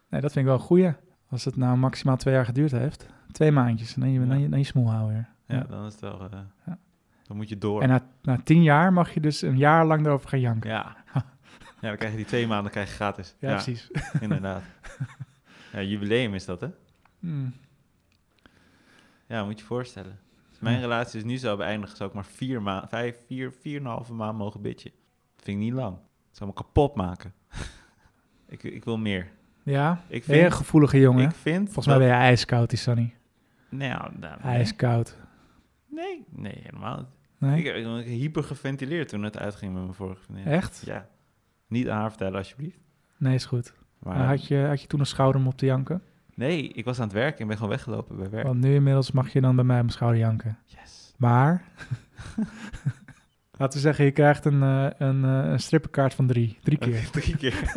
[SPEAKER 2] nee, dat vind ik wel een goeie. Als het nou maximaal twee jaar geduurd heeft. Twee maandjes, en dan je,
[SPEAKER 1] Ja.
[SPEAKER 2] dan je, dan je smoel houden weer.
[SPEAKER 1] Ja,
[SPEAKER 2] Ja.
[SPEAKER 1] dan is het wel... eh,
[SPEAKER 2] Ja.
[SPEAKER 1] Dan moet je door.
[SPEAKER 2] En na, na tien jaar mag je dus een jaar lang erover gaan janken.
[SPEAKER 1] Ja. ja, dan krijg je die twee maanden krijg je gratis.
[SPEAKER 2] Ja, precies.
[SPEAKER 1] inderdaad. Ja, jubileum is dat, hè?
[SPEAKER 2] Mm.
[SPEAKER 1] Ja, moet je je voorstellen. Als mijn
[SPEAKER 2] Ja.
[SPEAKER 1] relatie dus nu zou beëindigen, zou ik maar vier maanden, vijf, vier, vier en een halve maand mogen bitchen. Dat vind ik niet lang. Het zou me kapot maken. ik, ik wil meer.
[SPEAKER 2] Ja,
[SPEAKER 1] Ik
[SPEAKER 2] ben je een
[SPEAKER 1] vind,
[SPEAKER 2] gevoelige jongen?
[SPEAKER 1] ik vind
[SPEAKER 2] Volgens mij ben
[SPEAKER 1] dat-
[SPEAKER 2] je ijskoud, die Sunny.
[SPEAKER 1] Nou, nou, nee.
[SPEAKER 2] Ijskoud.
[SPEAKER 1] Nee, nee, helemaal niet.
[SPEAKER 2] Nee?
[SPEAKER 1] Ik, ik, ik hyper geventileerd toen het uitging met mijn vorige vriendin.
[SPEAKER 2] Echt?
[SPEAKER 1] Ja. Niet aan haar vertellen, alsjeblieft.
[SPEAKER 2] Nee, is goed.
[SPEAKER 1] Maar,
[SPEAKER 2] Maar had, je, had je toen een schouder om op te janken?
[SPEAKER 1] Nee, ik was aan het werken en ben gewoon weggelopen bij werk.
[SPEAKER 2] Want nu inmiddels mag je dan bij mij om mijn schouder janken.
[SPEAKER 1] Yes.
[SPEAKER 2] Maar, laten we zeggen, je krijgt een, eh, een, eh, een strippenkaart van drie. Drie keer.
[SPEAKER 1] Drie keer.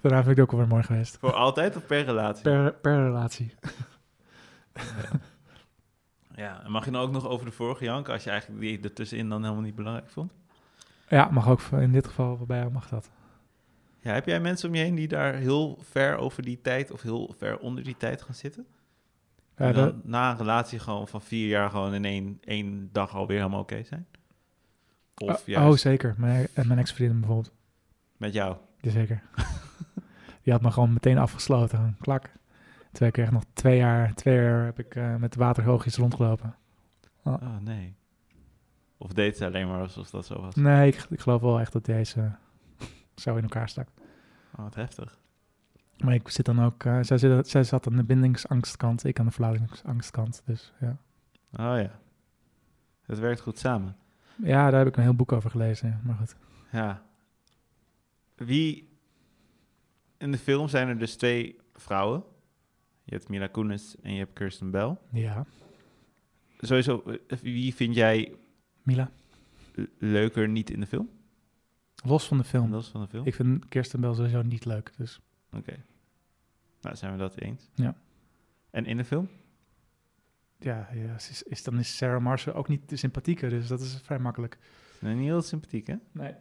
[SPEAKER 2] Daarna vind ik het ook alweer mooi geweest.
[SPEAKER 1] Voor altijd of per relatie?
[SPEAKER 2] Per, per relatie.
[SPEAKER 1] Ja, en mag je nou ook nog over de vorige janken, als je eigenlijk die ertussenin dan helemaal niet belangrijk vond?
[SPEAKER 2] Ja, mag ook in dit geval bij jou mag dat.
[SPEAKER 1] Ja, heb jij mensen om je heen die daar heel ver over die tijd of heel ver onder die tijd gaan zitten?
[SPEAKER 2] Ja,
[SPEAKER 1] en dan
[SPEAKER 2] dat-
[SPEAKER 1] na een relatie gewoon van vier jaar gewoon in één, één dag alweer helemaal oké zijn? Of
[SPEAKER 2] oh,
[SPEAKER 1] juist
[SPEAKER 2] oh, zeker. Mijn, eh, mijn ex-vriendin bijvoorbeeld.
[SPEAKER 1] met jou?
[SPEAKER 2] Ja, zeker. Die had me gewoon meteen afgesloten. Gewoon Klak. Terwijl ik echt nog twee jaar, twee jaar heb ik eh, met waterhoogjes rondgelopen.
[SPEAKER 1] Oh nee. Of deed ze alleen maar alsof dat zo was?
[SPEAKER 2] Nee, ik, ik geloof wel echt dat deze zo in elkaar stak.
[SPEAKER 1] Oh, wat heftig.
[SPEAKER 2] Maar ik zit dan ook, eh, zij, zit, zij zat aan de bindingsangstkant, ik aan de verlatingsangstkant. Dus ja.
[SPEAKER 1] Oh ja. Het werkt goed samen.
[SPEAKER 2] ja, daar heb ik een heel boek over gelezen. ja. Maar goed.
[SPEAKER 1] Ja. Wie... In de film zijn er dus twee vrouwen. Je hebt Mila Kunis en je hebt Kirsten Bell.
[SPEAKER 2] Ja,
[SPEAKER 1] Sowieso, eh, wie vind jij
[SPEAKER 2] Mila,
[SPEAKER 1] l- leuker niet in de film?
[SPEAKER 2] los van de film.
[SPEAKER 1] Los van de film?
[SPEAKER 2] Ik vind Kirsten Bell sowieso niet leuk. Dus
[SPEAKER 1] Oké. Nou, zijn we dat eens?
[SPEAKER 2] Ja.
[SPEAKER 1] En in de film?
[SPEAKER 2] ja, ja ze is, is, dan is Sarah Marshall ook niet de sympathieke, dus dat is vrij makkelijk.
[SPEAKER 1] Ze zijn niet heel sympathiek, hè?
[SPEAKER 2] Nee,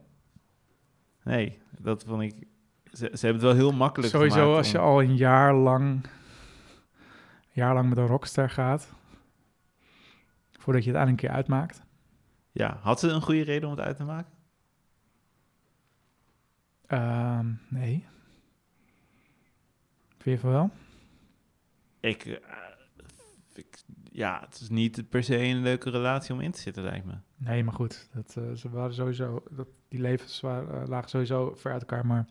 [SPEAKER 1] Nee, dat vond ik... Ze, ze hebben het wel heel makkelijk
[SPEAKER 2] sowieso
[SPEAKER 1] gemaakt
[SPEAKER 2] als je
[SPEAKER 1] om-
[SPEAKER 2] al een jaar lang, jaar lang met een rockster gaat, voordat je het aan een keer uitmaakt.
[SPEAKER 1] Ja, had ze een goede reden om het uit te maken?
[SPEAKER 2] Ehm, nee. Vind je van wel?
[SPEAKER 1] Ik, eh, ik... Ja, het is niet per se een leuke relatie om in te zitten, lijkt me.
[SPEAKER 2] Nee, maar goed. Dat, eh, ze waren sowieso, dat, die levens waren, eh, lagen sowieso ver uit elkaar. Maar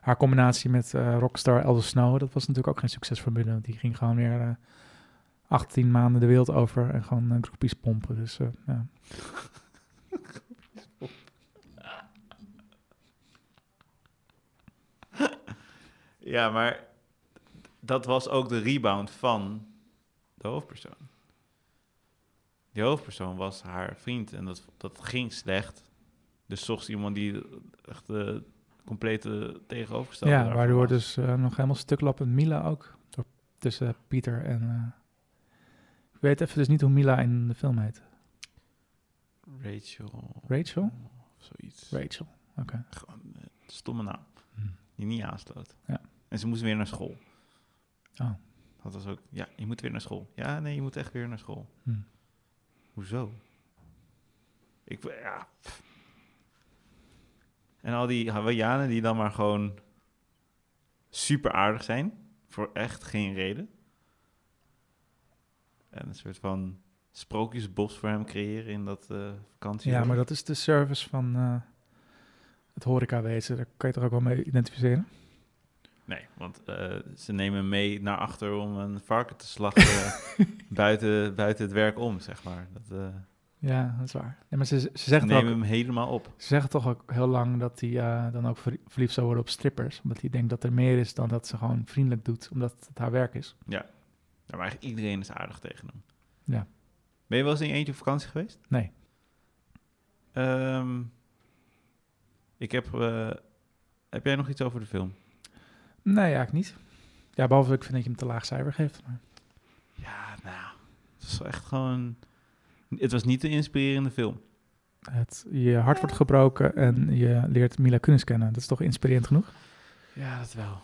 [SPEAKER 2] haar combinatie met eh, rockstar Elder Snow, dat was natuurlijk ook geen succesformule. Want die ging gewoon weer eh 18 maanden de wereld over en gewoon eh, groepjes pompen. Dus eh, ja.
[SPEAKER 1] Ja, maar dat was ook de rebound van de hoofdpersoon. Die hoofdpersoon was haar vriend en dat, dat ging slecht. Dus zocht ze iemand die echt de complete tegenovergestelde
[SPEAKER 2] ja
[SPEAKER 1] daarvan
[SPEAKER 2] waardoor
[SPEAKER 1] was.
[SPEAKER 2] dus eh, nog helemaal stuklappend Mila ook. Door, tussen Pieter en... eh, ik weet even dus niet hoe Mila in de film heet.
[SPEAKER 1] Rachel
[SPEAKER 2] Rachel?
[SPEAKER 1] of zoiets.
[SPEAKER 2] Rachel, oké.
[SPEAKER 1] Gewoon een stomme naam.
[SPEAKER 2] Hmm.
[SPEAKER 1] Die niet aansloot.
[SPEAKER 2] Ja.
[SPEAKER 1] En ze moest weer naar school.
[SPEAKER 2] Oh.
[SPEAKER 1] Dat was ook, ja, je moet weer naar school. Ja, nee, je moet echt weer naar school.
[SPEAKER 2] Hmm.
[SPEAKER 1] Hoezo? Ik, ja. pff. En al die Hawaiianen die dan maar gewoon super aardig zijn. Voor echt geen reden. En een soort van sprookjesbos voor hem creëren in dat eh vakantie.
[SPEAKER 2] Ja, maar dat is de service van eh het horecawezen. Daar kan je toch ook wel mee identificeren?
[SPEAKER 1] Nee, want eh, ze nemen hem mee naar achter om een varken te slachten buiten, buiten het werk om, zeg maar. Dat, eh,
[SPEAKER 2] Ja, dat is waar. Nee, maar ze, ze,
[SPEAKER 1] ze
[SPEAKER 2] zegt
[SPEAKER 1] nemen
[SPEAKER 2] ook,
[SPEAKER 1] hem helemaal op.
[SPEAKER 2] ze zegt toch ook heel lang dat hij eh, dan ook verlie- verliefd zou worden op strippers. Omdat hij denkt dat er meer is dan dat ze gewoon vriendelijk doet, omdat het haar werk is.
[SPEAKER 1] Ja, maar eigenlijk iedereen is aardig tegen hem.
[SPEAKER 2] Ja.
[SPEAKER 1] Ben je wel eens in je eentje op vakantie geweest?
[SPEAKER 2] Nee.
[SPEAKER 1] Ehm, ik heb... eh, heb jij nog iets over de film?
[SPEAKER 2] Nee, eigenlijk niet. Ja, behalve dat ik vind dat je hem te laag cijfer geeft. Maar...
[SPEAKER 1] Ja, nou... Het was wel echt gewoon... Het was niet een inspirerende film.
[SPEAKER 2] Het, je hart wordt gebroken en je leert Mila Kunis kennen. Dat is toch inspirerend genoeg?
[SPEAKER 1] Ja, dat wel.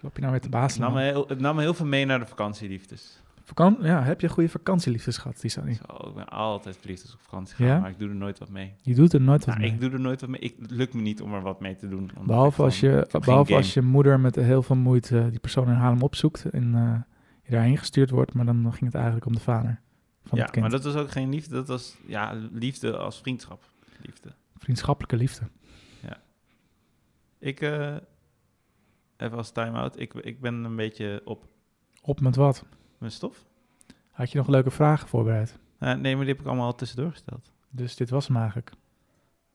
[SPEAKER 2] Loop je nou weer te
[SPEAKER 1] Het nam, me
[SPEAKER 2] baas?
[SPEAKER 1] heel, het nam me heel veel mee naar de vakantieliefdes.
[SPEAKER 2] Vakan- ja, heb je goede vakantieliefdes gehad, die Sunny?
[SPEAKER 1] Zo, ik ben altijd verliefd als ik op vakantie ga,
[SPEAKER 2] Ja?
[SPEAKER 1] maar ik doe er nooit wat mee.
[SPEAKER 2] Je doet er nooit wat
[SPEAKER 1] Nou,
[SPEAKER 2] mee.
[SPEAKER 1] ik doe er nooit wat mee. Ik, het lukt me niet om er wat mee te doen. omdat ik
[SPEAKER 2] Behalve
[SPEAKER 1] gewoon-
[SPEAKER 2] als, je,
[SPEAKER 1] geen
[SPEAKER 2] behalve als je
[SPEAKER 1] game.
[SPEAKER 2] moeder met heel veel moeite die persoon in Haarlem opzoekt en eh, je daarheen gestuurd wordt, maar dan ging het eigenlijk om de vader van
[SPEAKER 1] Ja,
[SPEAKER 2] het kind.
[SPEAKER 1] maar dat was ook geen liefde. Dat was ja, liefde als vriendschap. Liefde.
[SPEAKER 2] Vriendschappelijke liefde.
[SPEAKER 1] Ik, eh, even als time-out, ik, ik ben een beetje op
[SPEAKER 2] Op met wat?
[SPEAKER 1] mijn stof.
[SPEAKER 2] Had je nog leuke vragen voorbereid?
[SPEAKER 1] Eh, nee, maar die heb ik allemaal al tussendoor gesteld.
[SPEAKER 2] Dus dit was hem eigenlijk.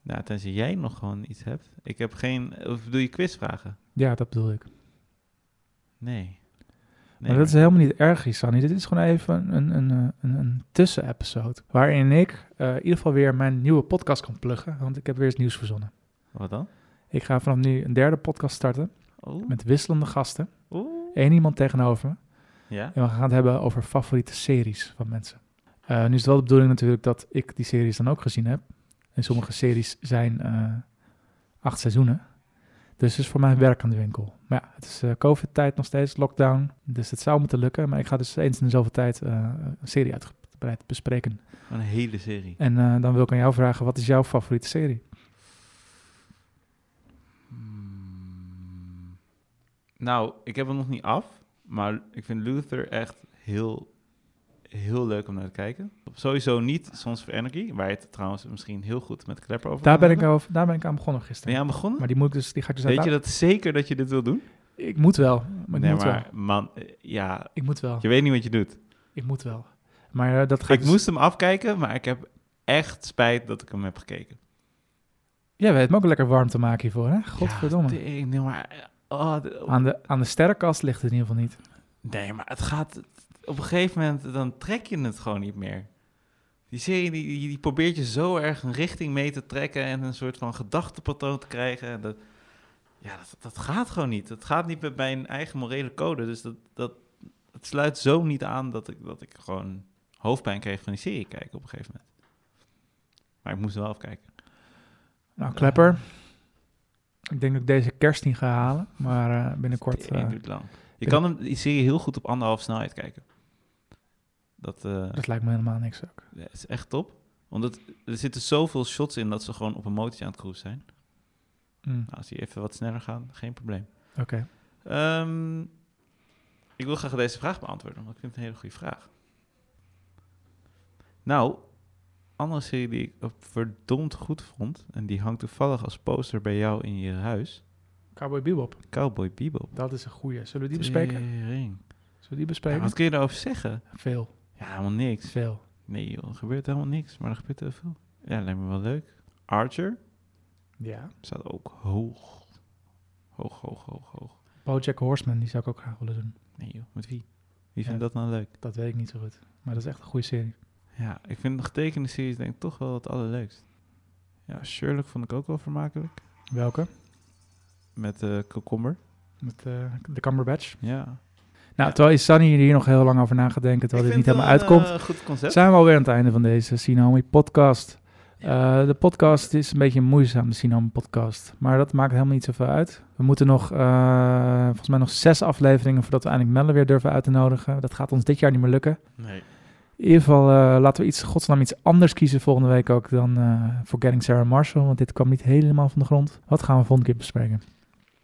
[SPEAKER 1] Nou, tenzij jij nog gewoon iets hebt. Ik heb geen... Of bedoel je quizvragen?
[SPEAKER 2] Ja, dat bedoel ik.
[SPEAKER 1] Nee. nee
[SPEAKER 2] maar dat is helemaal niet erg, Sanny. Dit is gewoon even een, een, een, een, een tussen-episode. Waarin ik eh, in ieder geval weer mijn nieuwe podcast kan pluggen. Want ik heb weer eens nieuws verzonnen.
[SPEAKER 1] Wat dan?
[SPEAKER 2] Ik ga vanaf nu een derde podcast starten.
[SPEAKER 1] Oh,
[SPEAKER 2] Met wisselende gasten.
[SPEAKER 1] oeh.
[SPEAKER 2] Eén iemand tegenover me.
[SPEAKER 1] Ja?
[SPEAKER 2] En we gaan het hebben over favoriete series van mensen. Eh, nu is het wel de bedoeling natuurlijk dat ik die series dan ook gezien heb. En sommige series zijn eh, acht seizoenen. Dus het is voor mij werk aan de winkel. Maar ja, het is eh, COVID-tijd nog steeds, lockdown. Dus het zou moeten lukken. Maar ik ga dus eens in de zoveel tijd eh, een serie uitgebreid bespreken.
[SPEAKER 1] Een hele serie.
[SPEAKER 2] En eh, dan wil ik aan jou vragen, wat is jouw favoriete serie?
[SPEAKER 1] Hmm. Nou, ik heb hem nog niet af, maar ik vind Luther echt heel, heel leuk om naar te kijken. Sowieso niet Sons of Energy, waar je het trouwens misschien heel goed met Klepper over
[SPEAKER 2] Daar
[SPEAKER 1] kan
[SPEAKER 2] ben ik,
[SPEAKER 1] hebben.
[SPEAKER 2] over, daar ben ik aan begonnen
[SPEAKER 1] Ben
[SPEAKER 2] gisteren.
[SPEAKER 1] je aan begonnen?
[SPEAKER 2] Maar die, moet ik dus, die ga ik dus
[SPEAKER 1] Weet
[SPEAKER 2] uit-
[SPEAKER 1] je dat zeker dat je dit wil doen?
[SPEAKER 2] Ik moet wel. Maar ik
[SPEAKER 1] nee,
[SPEAKER 2] moet wel.
[SPEAKER 1] maar man, eh, ja,
[SPEAKER 2] Ik moet wel.
[SPEAKER 1] je weet niet wat je doet.
[SPEAKER 2] Ik moet wel. Maar eh, dat ga ik,
[SPEAKER 1] Ik
[SPEAKER 2] dus-
[SPEAKER 1] moest hem afkijken, maar ik heb echt spijt dat ik hem heb gekeken.
[SPEAKER 2] Jij weet me ook lekker warm te maken hiervoor, hè? Godverdomme.
[SPEAKER 1] Ja, tering, nee, maar, eh, oh, de-
[SPEAKER 2] aan, de, aan de sterrenkast ligt het in ieder geval niet.
[SPEAKER 1] Nee, maar het gaat... Op een gegeven moment, dan trek je het gewoon niet meer. Die serie, die, die, die probeert je zo erg een richting mee te trekken... en een soort van gedachtepatroon te krijgen. En dat, ja, dat, dat gaat gewoon niet. Dat gaat niet met mijn eigen morele code. Dus dat, dat, het sluit zo niet aan dat ik, dat ik gewoon hoofdpijn kreeg van die serie kijken op een gegeven moment. Maar ik moest wel afkijken.
[SPEAKER 2] Nou, Klepper. Ik denk dat ik deze kerst niet ga halen. Maar eh, binnenkort...
[SPEAKER 1] Tering,
[SPEAKER 2] eh,
[SPEAKER 1] duurt lang. Je kan hem, die serie heel goed op anderhalf snelheid kijken. Dat, eh,
[SPEAKER 2] dat lijkt me helemaal niks ook.
[SPEAKER 1] Ja, het is echt top. Omdat er zitten zoveel shots in dat ze gewoon op een motortje aan het cruisen zijn.
[SPEAKER 2] Mm,
[SPEAKER 1] Nou, als die even wat sneller gaan, geen probleem.
[SPEAKER 2] Oké.
[SPEAKER 1] Ehm, ik wil graag deze vraag beantwoorden, want ik vind het een hele goede vraag. Nou, andere serie die ik ook verdomd goed vond... en die hangt toevallig als poster bij jou in je huis...
[SPEAKER 2] Cowboy Bebop.
[SPEAKER 1] Cowboy Bebop.
[SPEAKER 2] Dat is een goeie. Zullen we die bespreken?
[SPEAKER 1] Tering.
[SPEAKER 2] Zullen we die
[SPEAKER 1] Ja,
[SPEAKER 2] bespreken?
[SPEAKER 1] wat kun je daarover zeggen?
[SPEAKER 2] Veel.
[SPEAKER 1] Ja, helemaal niks.
[SPEAKER 2] Veel.
[SPEAKER 1] Nee joh, er gebeurt helemaal niks, maar er gebeurt heel veel. Ja, lijkt me wel leuk. Archer,
[SPEAKER 2] Ja.
[SPEAKER 1] staat ook hoog. Hoog, hoog, hoog, hoog.
[SPEAKER 2] Bojack Horseman, die zou ik ook graag willen doen.
[SPEAKER 1] Nee joh, met wie? Wie
[SPEAKER 2] Ja.
[SPEAKER 1] vindt dat nou leuk?
[SPEAKER 2] Dat weet ik niet zo goed. Maar dat is echt een goede serie.
[SPEAKER 1] Ja, ik vind de getekende series denk ik toch wel het allerleukst. Ja, Sherlock vond ik ook wel vermakelijk.
[SPEAKER 2] Welke?
[SPEAKER 1] Met eh Cucumber.
[SPEAKER 2] Met eh, de Cumberbatch.
[SPEAKER 1] Ja.
[SPEAKER 2] Nou, terwijl Sunny hier nog heel lang over na gaat denken, terwijl dit niet helemaal uitkomt.
[SPEAKER 1] eh, goed concept.
[SPEAKER 2] zijn we alweer aan het einde van deze Sinomi podcast. Eh, de podcast is een beetje moeizaam, de Sinomi podcast. Maar dat maakt helemaal niet zoveel uit. We moeten nog, eh, volgens mij nog zes afleveringen voordat we eindelijk Melle weer durven uit te nodigen. Dat gaat ons dit jaar niet meer lukken.
[SPEAKER 1] Nee.
[SPEAKER 2] In ieder geval eh, laten we iets, godsnaam iets anders kiezen volgende week ook dan eh Forgetting Sarah Marshall. Want dit kwam niet helemaal van de grond. Wat gaan we volgende keer bespreken?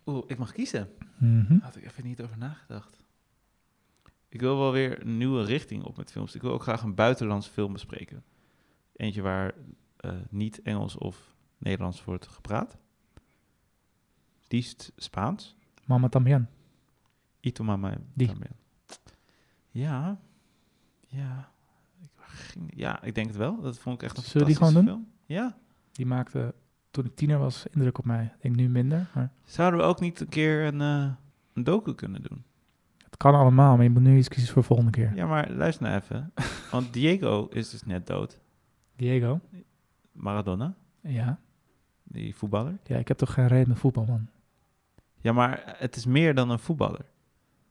[SPEAKER 1] Oeh, ik mag kiezen.
[SPEAKER 2] Mhm.
[SPEAKER 1] Had ik even niet over nagedacht. Ik wil wel weer een nieuwe richting op met films. Ik wil ook graag een buitenlands film bespreken. Eentje waar eh, niet Engels of Nederlands wordt gepraat. Liefst Spaans.
[SPEAKER 2] Mama Tambien.
[SPEAKER 1] Itoma mijn
[SPEAKER 2] Die.
[SPEAKER 1] También. Ja. Ja. Ik, ging- ja, ik denk het wel. Dat vond ik echt een
[SPEAKER 2] Zullen we die
[SPEAKER 1] fantastische
[SPEAKER 2] gewoon
[SPEAKER 1] film. Ja.
[SPEAKER 2] Die maakte toen ik tiener was indruk op mij. Ik denk nu minder, maar
[SPEAKER 1] Zouden we ook niet een keer een, eh, een docu kunnen doen?
[SPEAKER 2] het kan allemaal. Maar je moet nu iets kiezen voor volgende keer.
[SPEAKER 1] Ja, maar luister nou even. Want Diego is dus net dood.
[SPEAKER 2] Diego.
[SPEAKER 1] Maradona,
[SPEAKER 2] Ja.
[SPEAKER 1] die voetballer.
[SPEAKER 2] Ja, ik heb toch geen reden met voetbal, man.
[SPEAKER 1] Ja, maar het is meer dan een voetballer.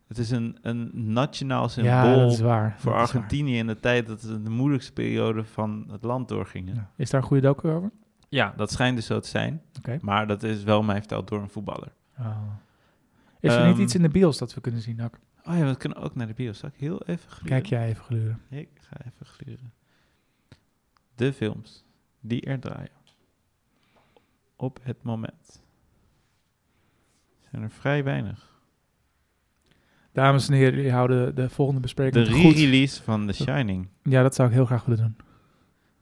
[SPEAKER 1] Het is een, een nationaal
[SPEAKER 2] ja,
[SPEAKER 1] symbool
[SPEAKER 2] dat is waar.
[SPEAKER 1] voor
[SPEAKER 2] Dat is waar.
[SPEAKER 1] Argentinië in de tijd dat ze de moeilijkste periode van het land doorgingen.
[SPEAKER 2] Ja. Is daar een goede docu over?
[SPEAKER 1] Ja, dat schijnt dus zo te zijn.
[SPEAKER 2] Oké.
[SPEAKER 1] Maar dat is wel mij verteld door een voetballer.
[SPEAKER 2] Oh. Is er niet
[SPEAKER 1] Ehm,
[SPEAKER 2] iets in de bios dat we kunnen zien, Nak?
[SPEAKER 1] Oh ja, we kunnen ook naar de bios. Zal ik heel even gluren?
[SPEAKER 2] Kijk jij even gluren.
[SPEAKER 1] Ik ga even gluren. De films die er draaien. Op het moment. Zijn er vrij weinig.
[SPEAKER 2] Dames en heren, jullie houden de volgende
[SPEAKER 1] De
[SPEAKER 2] bespreking goed.
[SPEAKER 1] re-release van The Shining.
[SPEAKER 2] Ja, dat zou ik heel graag willen doen.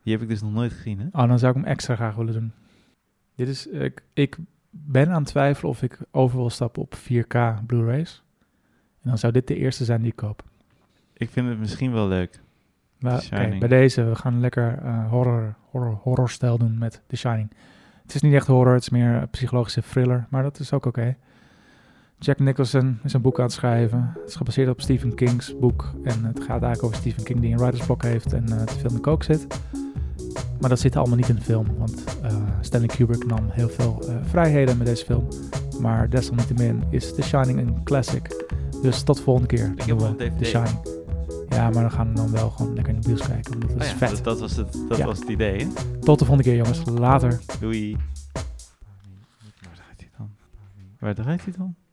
[SPEAKER 1] Die heb ik dus nog nooit gezien, hè?
[SPEAKER 2] Oh, dan zou ik hem extra graag willen doen. Dit is, ik, ik ben aan het twijfelen of ik over wil stappen op 4K Blu-rays. En dan zou dit de eerste zijn die ik koop.
[SPEAKER 1] Ik vind het misschien wel leuk.
[SPEAKER 2] Maar,
[SPEAKER 1] The
[SPEAKER 2] oké,
[SPEAKER 1] Shining.
[SPEAKER 2] bij deze, we gaan lekker eh, horror, horror, horrorstijl doen met The Shining. Het is niet echt horror, het is meer eh, psychologische thriller, maar dat is ook oké. Jack Nicholson is een boek aan het schrijven. Het is gebaseerd op Stephen King's boek. En het gaat eigenlijk over Stephen King die een writersblok heeft en eh, te veel in de kook zit. Maar dat zit allemaal niet in de film, want eh, Stanley Kubrick nam heel veel eh, vrijheden met deze film. Maar desalniettemin is The Shining een classic. Dus tot volgende keer.
[SPEAKER 1] heb
[SPEAKER 2] doen we
[SPEAKER 1] wel een DVD.
[SPEAKER 2] The Shining. Ja, maar dan gaan we dan wel gewoon lekker in de bios kijken. want Dat
[SPEAKER 1] Oh
[SPEAKER 2] is
[SPEAKER 1] ja,
[SPEAKER 2] vet.
[SPEAKER 1] Dat, dat was het, dat
[SPEAKER 2] Ja.
[SPEAKER 1] was het idee, hè?
[SPEAKER 2] Tot de volgende keer, jongens. Later.
[SPEAKER 1] Doei. Waar draait hij dan? Waar draait hij dan?